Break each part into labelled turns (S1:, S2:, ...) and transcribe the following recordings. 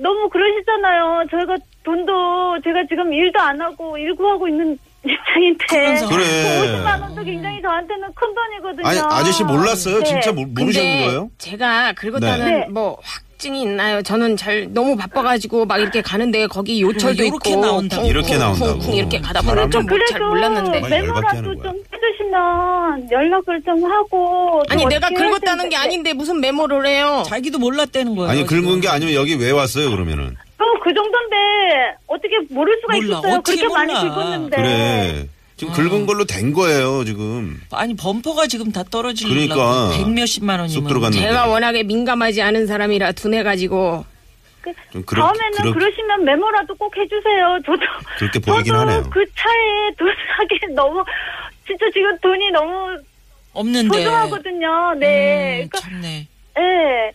S1: 너무 그러시잖아요. 저희가 돈도 제가 지금 일도 안 하고 일구하고 있는 입장인데
S2: 그런 상황.
S3: 그래.
S1: 50만 원도 굉장히 저한테는 큰 돈이거든요.
S3: 아니, 아저씨 몰랐어요? 진짜 모,
S4: 근데
S3: 모르시는 거예요?
S4: 제가 긁었다는
S1: 네. 네.
S4: 뭐 확증이 있나요? 저는 잘 너무 바빠가지고 막 이렇게 가는데 거기 요철도
S2: 음,
S4: 있고
S2: 이렇게 나온다고.
S4: 쿵쿵,
S3: 이렇게 나온다고. 뭐.
S4: 쿵쿵 이렇게 가다 보면
S3: 사람은
S4: 좀 잘
S1: 그래도
S4: 몰랐는데
S3: 정말 열받게 하는
S1: 메모라도
S3: 거야.
S1: 좀 해주시면 연락을 좀 하고 좀
S4: 아니 내가
S1: 어떻게 해야
S4: 긁었다는 게
S1: 되는데.
S4: 아닌데 무슨 메모를 해요?
S2: 자기도 몰랐다는 거예요.
S3: 어. 아니, 긁은
S2: 지금.
S3: 게 아니면 여기 왜 왔어요, 그러면은?
S1: 그럼 그 정도인데 어떻게 모를 수가
S2: 몰라,
S1: 있겠어요?
S2: 어떻게
S1: 그렇게 많이
S2: 몰라.
S1: 긁었는데
S3: 그래. 지금
S2: 아.
S3: 긁은 걸로 된 거예요, 지금.
S2: 아니 범퍼가 지금 다 떨어지려고
S3: 그러니까.
S2: 백몇십만 원이면
S3: 쑥 들어갔네.
S4: 제가 워낙에 민감하지 않은 사람이라 둔해가지고
S1: 그-
S3: 좀 그렇-
S1: 다음에는
S3: 그렇-
S1: 그러시면 메모라도 꼭 해주세요. 저도
S3: 그렇게 보이긴
S1: 저도
S3: 하네요.
S1: 그 차에 돈하게 너무 진짜 지금 돈이 너무
S2: 없는데.
S1: 소중하거든요. 네.
S2: 네. 음,
S1: 그러니까
S2: 참네.
S1: 예.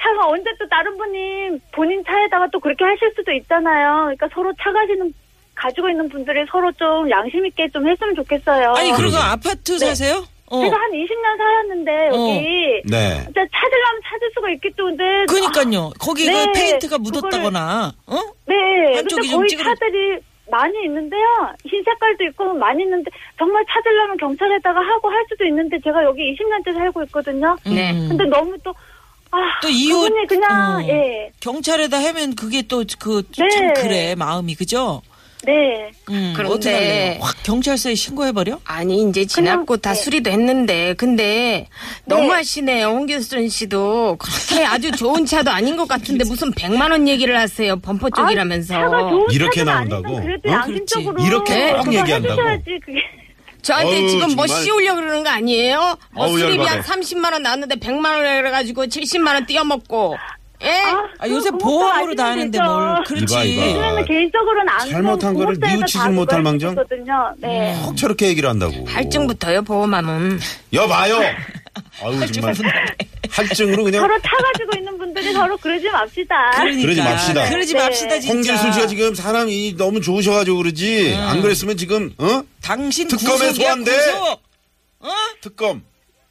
S1: 차가 언제 또 다른 분이 본인 차에다가 또 그렇게 하실 수도 있잖아요. 그러니까 서로 차 가지는 가지고 있는 분들이 서로 좀 양심 있게 좀 했으면 좋겠어요. 네.
S2: 아니 그리고
S3: 그러게.
S2: 아파트 사세요? 어.
S1: 제가 한 20년 살았는데 여기
S3: 네.
S1: 진짜 찾으려면 찾을 수가 있겠죠. 근데
S2: 그러니까요. 거기가
S1: 네,
S2: 페인트가
S1: 그거를-
S2: 묻었다거나, 어?
S1: 네,
S2: 한쪽이
S1: 근데
S2: 좀
S1: 거의
S2: 찌그러-
S1: 차들이 많이 있는데요. 흰 색깔도 있고 많이 있는데 정말 찾으려면 경찰에다가 하고 할 수도 있는데 제가 여기 20년째 살고 있거든요.
S4: 네.
S2: 음.
S1: 근데 너무 또 아,
S2: 또 이웃-
S1: 그분이 그냥
S2: 어.
S1: 예,
S2: 경찰에다 하면 그게 또 그 참
S1: 네.
S2: 그래 마음이 그죠?
S1: 네,
S2: 음,
S4: 그런데-
S2: 어떻게 할래요? 확 경찰서에 신고해 버려?
S4: 아니 이제 지났고
S1: 그냥-
S4: 다
S1: 네.
S4: 수리도 했는데 근데 너무하시네요 홍길순 씨도 그렇게 아주 좋은 차도 아닌 것 같은데 무슨 100만 원 얘기를 하세요 범퍼
S1: 아,
S4: 쪽이라면서
S1: 차가 좋은
S3: 이렇게
S1: 차든 아니든
S3: 나온다고?
S1: 그래도
S3: 어?
S1: 양심적으로
S3: 그렇지. 이렇게
S4: 꼭
S1: 그거
S3: 얘기한다고?
S1: 해주셔야지 그게
S4: 저한테
S3: 어우,
S4: 지금 뭐
S3: 정말.
S4: 씌우려 그러는 거 아니에요? 뭐
S3: 어우,
S4: 수리비
S3: 열받아.
S4: 한 30만 원 나왔는데 100만 원 해가지고 70만 원 띄어먹고 예?
S2: 아, 요새
S1: 그거
S2: 보험으로
S1: 아시면
S2: 다 하는데
S1: 되죠.
S2: 뭘? 그렇지.
S3: 이봐,
S2: 그러니까.
S3: 이봐.
S1: 왜냐면 개인적으로는 안
S3: 아. 잘못한 거를 뉘우치지 못할 망정?
S1: 거든요. 네.
S2: 음.
S3: 꼭 저렇게 얘기를 한다고.
S4: 할증부터요 보험함은
S3: 여봐요! 아유, 정말. 할증으로 그냥.
S1: 서로 차 가지고 있는 분들이 서로 그러지 맙시다.
S2: 그러니까.
S3: 그러지 맙시다.
S2: 그러지
S1: 네.
S2: 맙시다 진짜.
S3: 홍길순 씨가 지금 사람이 너무 좋으셔가지고 그러지. 안 그랬으면 지금, 어?
S2: 당신
S3: 특검에
S2: 구속이야,
S3: 소환돼.
S2: 구속.
S3: 특검.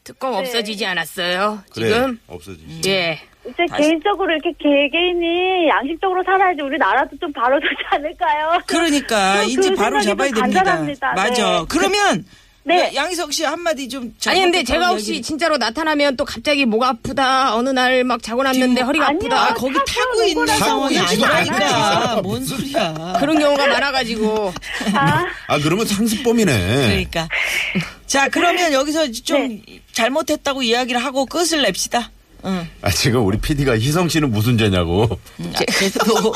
S4: 특검
S1: 네.
S4: 없어지지 않았어요
S3: 그래.
S4: 지금
S3: 없어지지.
S4: 예
S1: 이제 개인적으로 이렇게 개개인이 양심적으로 살아야지 우리 나라도 좀 바로 되지 않을까요?
S2: 그러니까
S1: 그
S2: 인지 바로
S1: 생각이
S2: 잡아야
S1: 좀
S2: 됩니다.
S1: 간절합니다.
S2: 맞아.
S1: 네.
S2: 그러면
S1: 네.
S2: 양희석 씨 한마디 좀.
S4: 아니 근데 제가 혹시
S2: 얘기를-
S4: 진짜로 나타나면 또 갑자기 뭐가 아프다 어느 날 막 자고 났는데 허리가
S1: 아니요.
S4: 아프다
S2: 아, 거기
S1: 차
S2: 타고
S1: 세우는
S2: 있는
S1: 거라서
S2: 상황이 네.
S3: 타고 있지도 않아요.
S2: 아니라니까. 뭔 소리야.
S4: 그런 경우가 많아가지고
S1: 아,
S3: 아, 그러면 상습범이네.
S2: 그러니까. 네. 자, 그러면 여기서 좀 잘못했다고 이야기를 하고 끝을 냅시다. 응.
S3: 아, 지금 우리 PD가 희성 씨는 무슨 죄냐고.
S2: 음, 그래도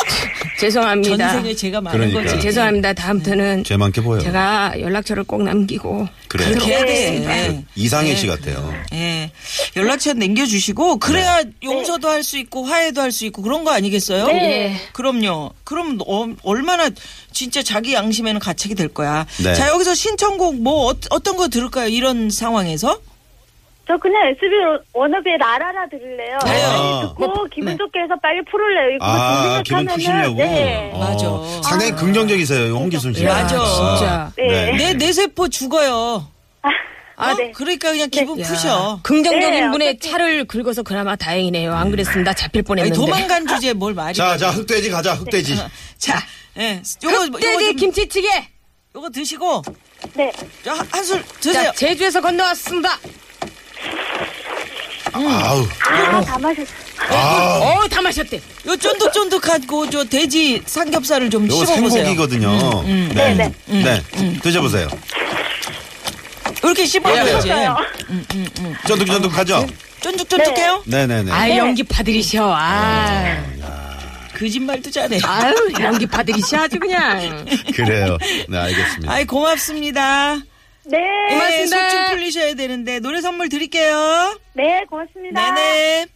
S4: 죄송합니다 네.
S2: 전생에 제가 많은
S3: 그러니까.
S2: 거지.
S4: 죄송합니다 다음부터는
S3: 죄 많게 보여요.
S4: 제가 연락처를 꼭 남기고
S3: 그래요.
S2: 그렇게 네. 해야 돼.
S3: 그 이상해 씨 같아요.
S2: 예. 연락처 남겨주시고, 그래야
S3: 네.
S2: 용서도 할 수 있고, 화해도 할 수 있고, 그런 거 아니겠어요?
S4: 네.
S2: 그럼요. 그럼 어- 얼마나 진짜 자기 양심에는 가책이 될 거야.
S3: 네.
S2: 자, 여기서 신청곡 뭐, 어, 떤거 들을까요? 이런 상황에서?
S1: 저 그냥 SB 워너비의 라라라 들을래요. 네,
S3: 아.
S1: 듣고 기분 좋게 해서 빨리 풀을래요. 이거
S3: 아,
S1: 정신을
S3: 기분
S1: 차면은,
S3: 푸시려고.
S1: 네. 아,
S3: 어,
S2: 맞아.
S3: 상당히 긍정적이세요, 홍기순 씨.
S2: 맞아.
S4: 진짜
S1: 네.
S2: 내, 뇌세포 죽어요.
S3: 네.
S2: 어?
S1: 네.
S2: 그러니까 그냥 기분
S4: 아, 야,
S2: 푸셔.
S1: 네,
S4: 긍정적인 분의
S1: 어쨌든-
S4: 차를 긁어서 그나마 다행이네요. 안 그랬으면 나 잡힐
S2: 아니,
S4: 뻔했는데.
S2: 도망간 주제에 뭘 말이.
S3: 자, 자, 흑돼지 가자, 흑돼지.
S1: 네.
S2: 자, 예. 요거, 요거,
S4: 흑돼지
S2: 좀,
S4: 김치찌개.
S2: 요거 드시고,
S3: 그-
S1: 네.
S2: 한술 드세요.
S4: 자, 제주에서 건너왔습니다.
S3: 아우.
S1: 아, 다 마셨어.
S3: 아.
S4: 어, 다 마셨대.
S3: 네.
S2: 요 쫀득쫀득하고 저 돼지 삼겹살을 좀
S3: 요거
S2: 씹어보세요.
S3: 생고기거든요. 네. 네. 드셔보세요.
S2: 이렇게 씹어요, 이제.
S1: 네.
S3: 쫀득쫀득하죠?
S2: 쫀득쫀득해요?
S3: 네네네.
S4: 아, 연기파들이셔. 아.
S2: 거짓말도 잘해.
S4: 아유, 연기파들이셔 아주 그냥.
S3: 그래요. 네, 알겠습니다.
S2: 아이, 고맙습니다.
S1: 네.
S4: 고맙습니다.
S2: 속좀 풀리셔야 되는데, 노래 선물 드릴게요.
S1: 네, 고맙습니다.
S2: 네네.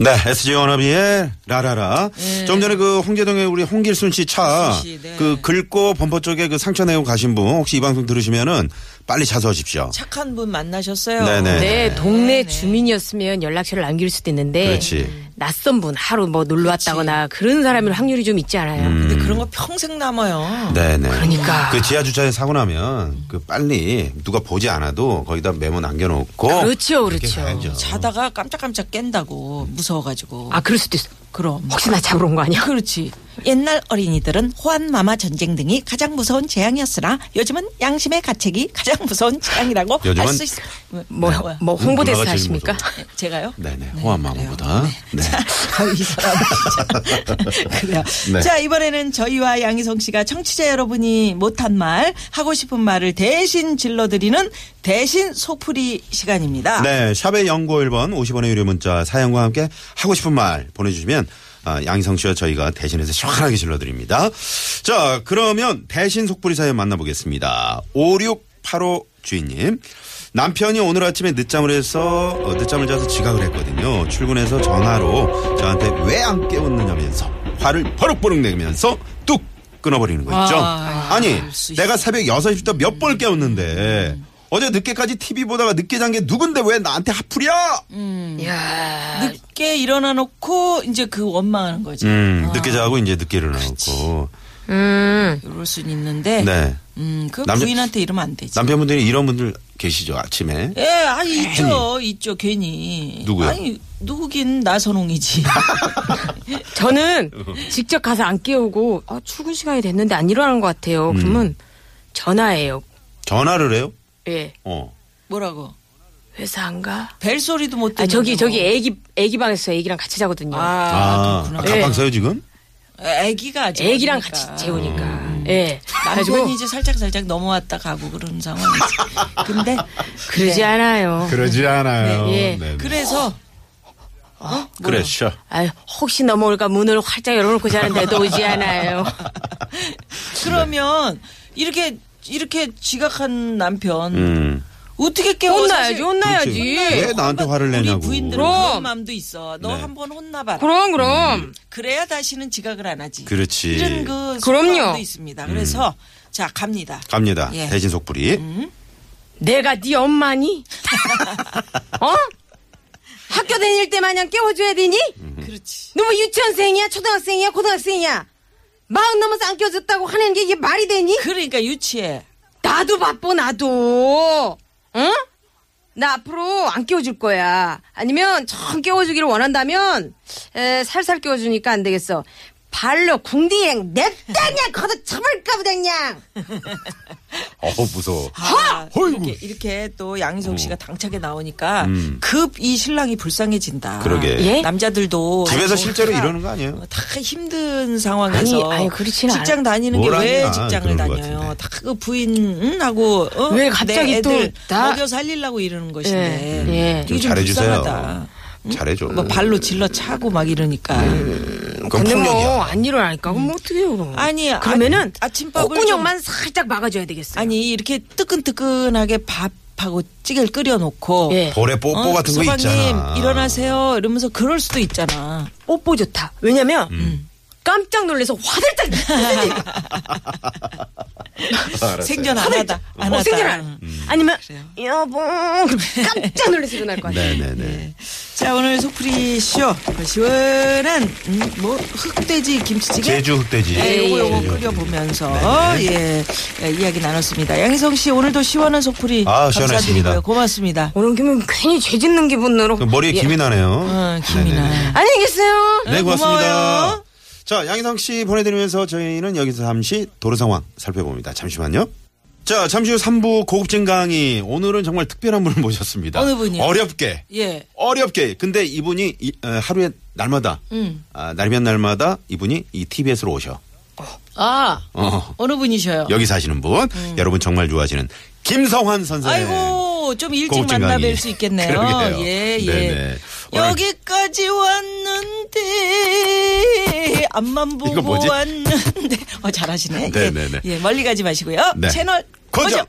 S3: 네, SG 워너비의 라라라. 좀 전에 그 홍제동에 우리 홍길순 씨 차
S2: 씨,
S3: 그
S2: 네.
S3: 긁고 범퍼 쪽에 그 상처 내고 가신 분 혹시 이 방송 들으시면은 빨리 자수하십시오.
S2: 착한 분 만나셨어요.
S3: 네네.
S4: 네, 동네 주민이었으면 연락처를 남길 수도 있는데.
S3: 그렇지.
S4: 낯선 분 하루 뭐 놀러 왔다거나 그런 사람일 확률이 좀 있지 않아요?
S3: 음.
S2: 근데 그런 거 평생 남아요.
S3: 네네.
S4: 그러니까.
S3: 그 지하 주차에 사고 나면 그 빨리 누가 보지 않아도 거기다 메모 남겨놓고.
S4: 그렇죠,
S3: 이렇게
S4: 그렇죠.
S3: 가야죠.
S2: 자다가 깜짝깜짝 깬다고 무서워가지고.
S4: 아, 그럴 수도 있어.
S2: 그럼.
S4: 혹시 나 잡으러 온 거 아니야?
S2: 그렇지. 옛날 어린이들은 호환마마 전쟁 등이 가장 무서운 재앙이었으나 요즘은 양심의 가책이 가장 무서운 재앙이라고
S3: 요즘은
S2: 할 수 있습니다.
S4: 뭐,
S2: 뭐야?
S4: 뭐
S3: 네. 음,
S4: 홍보대사
S3: 누나가 제일
S4: 하십니까?
S3: 무서워.
S2: 제가요?
S3: 네네. 호환마마보다. 네.
S2: 이 사람 진짜. 그래요.
S3: 네.
S2: 자, 이번에는 저희와 양희성 씨가 청취자 여러분이 못한 말, 하고 싶은 말을 대신 질러드리는 대신 소풀이 시간입니다.
S3: 네, 샵의 연구 1번 50원의 유료 문자 사연과 함께 하고 싶은 말 보내주시면 아, 양희성 씨와 저희가 대신해서 시원하게 질러드립니다. 자, 그러면 대신 속보리 사연 만나보겠습니다. 5685 주인님. 남편이 오늘 아침에 늦잠을 해서 어, 늦잠을 자서 지각을 했거든요. 출근해서 전화로 저한테 왜 안 깨웠느냐면서 화를 버럭버럭 내면서 뚝 끊어버리는 거 있죠.
S2: 아,
S3: 아니
S2: 그럴 수 있어.
S3: 내가 새벽 6시부터 몇 번 깨웠는데 어제 늦게까지 TV 보다가 늦게 잔 게 누군데 왜 나한테 하풀이야?
S2: 음.
S4: 이야.
S2: 늦게 일어나 놓고 이제 그 원망하는 거지.
S3: 음, 늦게 자고 이제 늦게 일어나고.
S4: 음.
S2: 이럴 순 있는데.
S3: 네.
S2: 음, 그
S3: 남자-
S2: 부인한테 이러면 안 되지.
S3: 남편분들이 이런 분들 계시죠, 아침에.
S2: 예, 아니 있죠, 있죠, 괜히.
S3: 누구요?
S2: 아니 누구긴 나선홍이지.
S4: 저는
S3: 음.
S4: 직접 가서 안 깨우고, 아, 출근 시간이 됐는데 안 일어나는 것
S3: 음.
S4: 같아요. 그러면 전화해요.
S3: 전화를 해요?
S4: 예.
S3: 어.
S2: 뭐라고?
S4: 회사 안 가?
S2: 벨 소리도 못 듣는.
S4: 아, 저기, 저기 애기, 애기 방에서 애기랑 같이 자거든요.
S3: 아,
S2: 아, 그렇구나.
S3: 아, 가방 써요, 지금?
S2: 애기가 아직
S4: 애기랑
S2: 어리니까.
S4: 같이 재우니까. 예.
S2: 남편이
S4: 그래가지고,
S2: 이제 살짝 살짝 넘어왔다 가고 그런 상황이지. 근데
S4: 그러지 않아요.
S3: 그러지 않아요.
S4: 네, 예.
S2: 그래서
S3: 그렇죠.
S4: 아유, 혹시 넘어올까 문을 활짝 열어놓고 자는데도 오지 않아요.
S2: 그러면 이렇게 이렇게 지각한 남편
S3: 음.
S2: 어떻게 깨워?
S4: 혼나야지,
S3: 그렇지. 왜
S4: 혼나야지.
S3: 나한테 화를 내냐고.
S2: 우리 부인들은
S4: 그럼.
S2: 그런 마음도 있어. 너
S3: 네.
S2: 한번 혼나봐라.
S4: 그럼,
S3: 음.
S4: 그럼.
S2: 그래야 다시는 지각을 안 하지.
S3: 그렇지. 음.
S2: 이런 그
S4: 그럼요.
S2: 속마음도 있습니다. 그래서 자 갑니다.
S3: 갑니다.
S2: 예.
S3: 대신 속불이.
S4: 내가 네 엄마니? 어? 학교 다닐 때 마냥 깨워줘야 되니?
S2: 그렇지.
S4: 너 뭐 유치원생이야? 초등학생이야? 고등학생이야? 마흔 넘어서 안 깨워줬다고 하는 게 이게 말이 되니?
S2: 그러니까 유치해.
S4: 나도 바빠 나도 응? 나 앞으로 안 깨워줄 거야 아니면 참 깨워주기를 원한다면 에, 살살 깨워주니까 안 되겠어 발로 궁디행 냅다냐 걷어 쳐볼까 보다 그냥
S3: 어우, 무서워.
S2: 아,
S3: 어이구.
S2: 이렇게, 이렇게 또 양희성 씨가 당차게 나오니까
S3: 어. 음.
S2: 급 이 신랑이 불쌍해진다.
S3: 그러게.
S4: 예?
S2: 남자들도
S3: 집에서
S2: 아이고,
S3: 실제로
S2: 다-
S3: 이러는 거 아니에요?
S2: 다 힘든 상황에서
S4: 아니, 아니, 그렇진 않아.
S2: 직장 다니는
S3: 뭘
S2: 게 왜
S3: 아니야,
S2: 직장을
S3: 그런 거
S2: 다녀요?
S3: 같은데.
S2: 다그 부인하고 어?
S4: 왜 갑자기
S2: 내 애들
S4: 또 다-
S2: 먹여 살리려고 이러는 것인데
S4: 예, 예.
S2: 이게 좀
S3: 잘해주세요.
S2: 불쌍하다.
S3: 잘해줘.
S2: 뭐 발로 질러 차고 막 이러니까
S4: 음.
S3: 그건 폭력이야.
S4: 뭐안 일어나니까 그럼 어떻게 해요 그럼
S2: 아니 아-
S4: 그러면은
S2: 아침밥을
S4: 콧구멍만 살짝 막아줘야 되겠어요
S2: 아니 이렇게 뜨끈뜨끈하게 밥 밥하고 찌개를 끓여놓고
S4: 예.
S3: 볼에 뽀뽀
S2: 어,
S3: 같은 거
S2: 소방님
S3: 있잖아.
S2: 일어나세요 이러면서 그럴 수도 있잖아.
S4: 뽀뽀 좋다.
S3: 음.
S4: 왜냐면 음. 깜짝 놀래서 화들짝
S3: 아, 알았어요.
S2: 생전 안 하다. 안
S4: 어,
S2: 하다. 음.
S4: 생전 안. 아니면
S2: 그래요.
S4: 여보 그럼 깜짝 놀라서 일어날 거야.
S3: 네네네.
S2: 자 오늘 속풀이 쇼그 시원한 음, 뭐 흑돼지 김치찌개.
S3: 제주 흑돼지.
S2: 예, 요거 요거
S3: 제주 흑돼지.
S2: 끓여보면서 예, 예, 이야기 나눴습니다. 양희성 씨 오늘도 시원한 속풀이
S3: 아, 시원했습니다.
S2: 감사드리고요. 고맙습니다.
S4: 오늘 김에 괜히 죄 짓는 기분으로.
S3: 그 머리에
S4: 예.
S3: 김이 나네요.
S2: 어, 김이
S3: 네네네.
S2: 나요.
S4: 안녕히 계세요.
S3: 네,
S2: 네,
S3: 고맙습니다.
S2: 고마워요.
S3: 자, 양희성 씨 보내드리면서 저희는 여기서 잠시 도로 상황 살펴봅니다. 잠시만요. 자, 잠시 후 3부 고급진 강의. 오늘은 정말 특별한 분을 모셨습니다.
S2: 어느 분이요?
S3: 어렵게.
S2: 예.
S3: 어렵게. 근데 이분이 이- 에, 하루에 날마다,
S2: 음.
S3: 아, 날면 날마다 이분이 이 TBS로 오셔.
S2: 아
S3: 어.
S2: 어느 분이셔요?
S3: 여기 사시는 분, 여러분 정말 좋아하시는 김성환 선생님.
S2: 음. 아이고 좀 일찍
S3: 고급진
S2: 만나
S3: 강의.
S2: 뵐 수 있겠네요.
S3: 그러게요.
S2: 예, 예.
S3: 네네. 오늘-
S2: 여기까지 왔는데 앞만 보고
S3: 뭐지?
S2: 왔는데 어 잘하시네. 예.
S3: 네네네.
S2: 예, 멀리 가지 마시고요.
S3: 네.
S2: 채널
S3: 고정!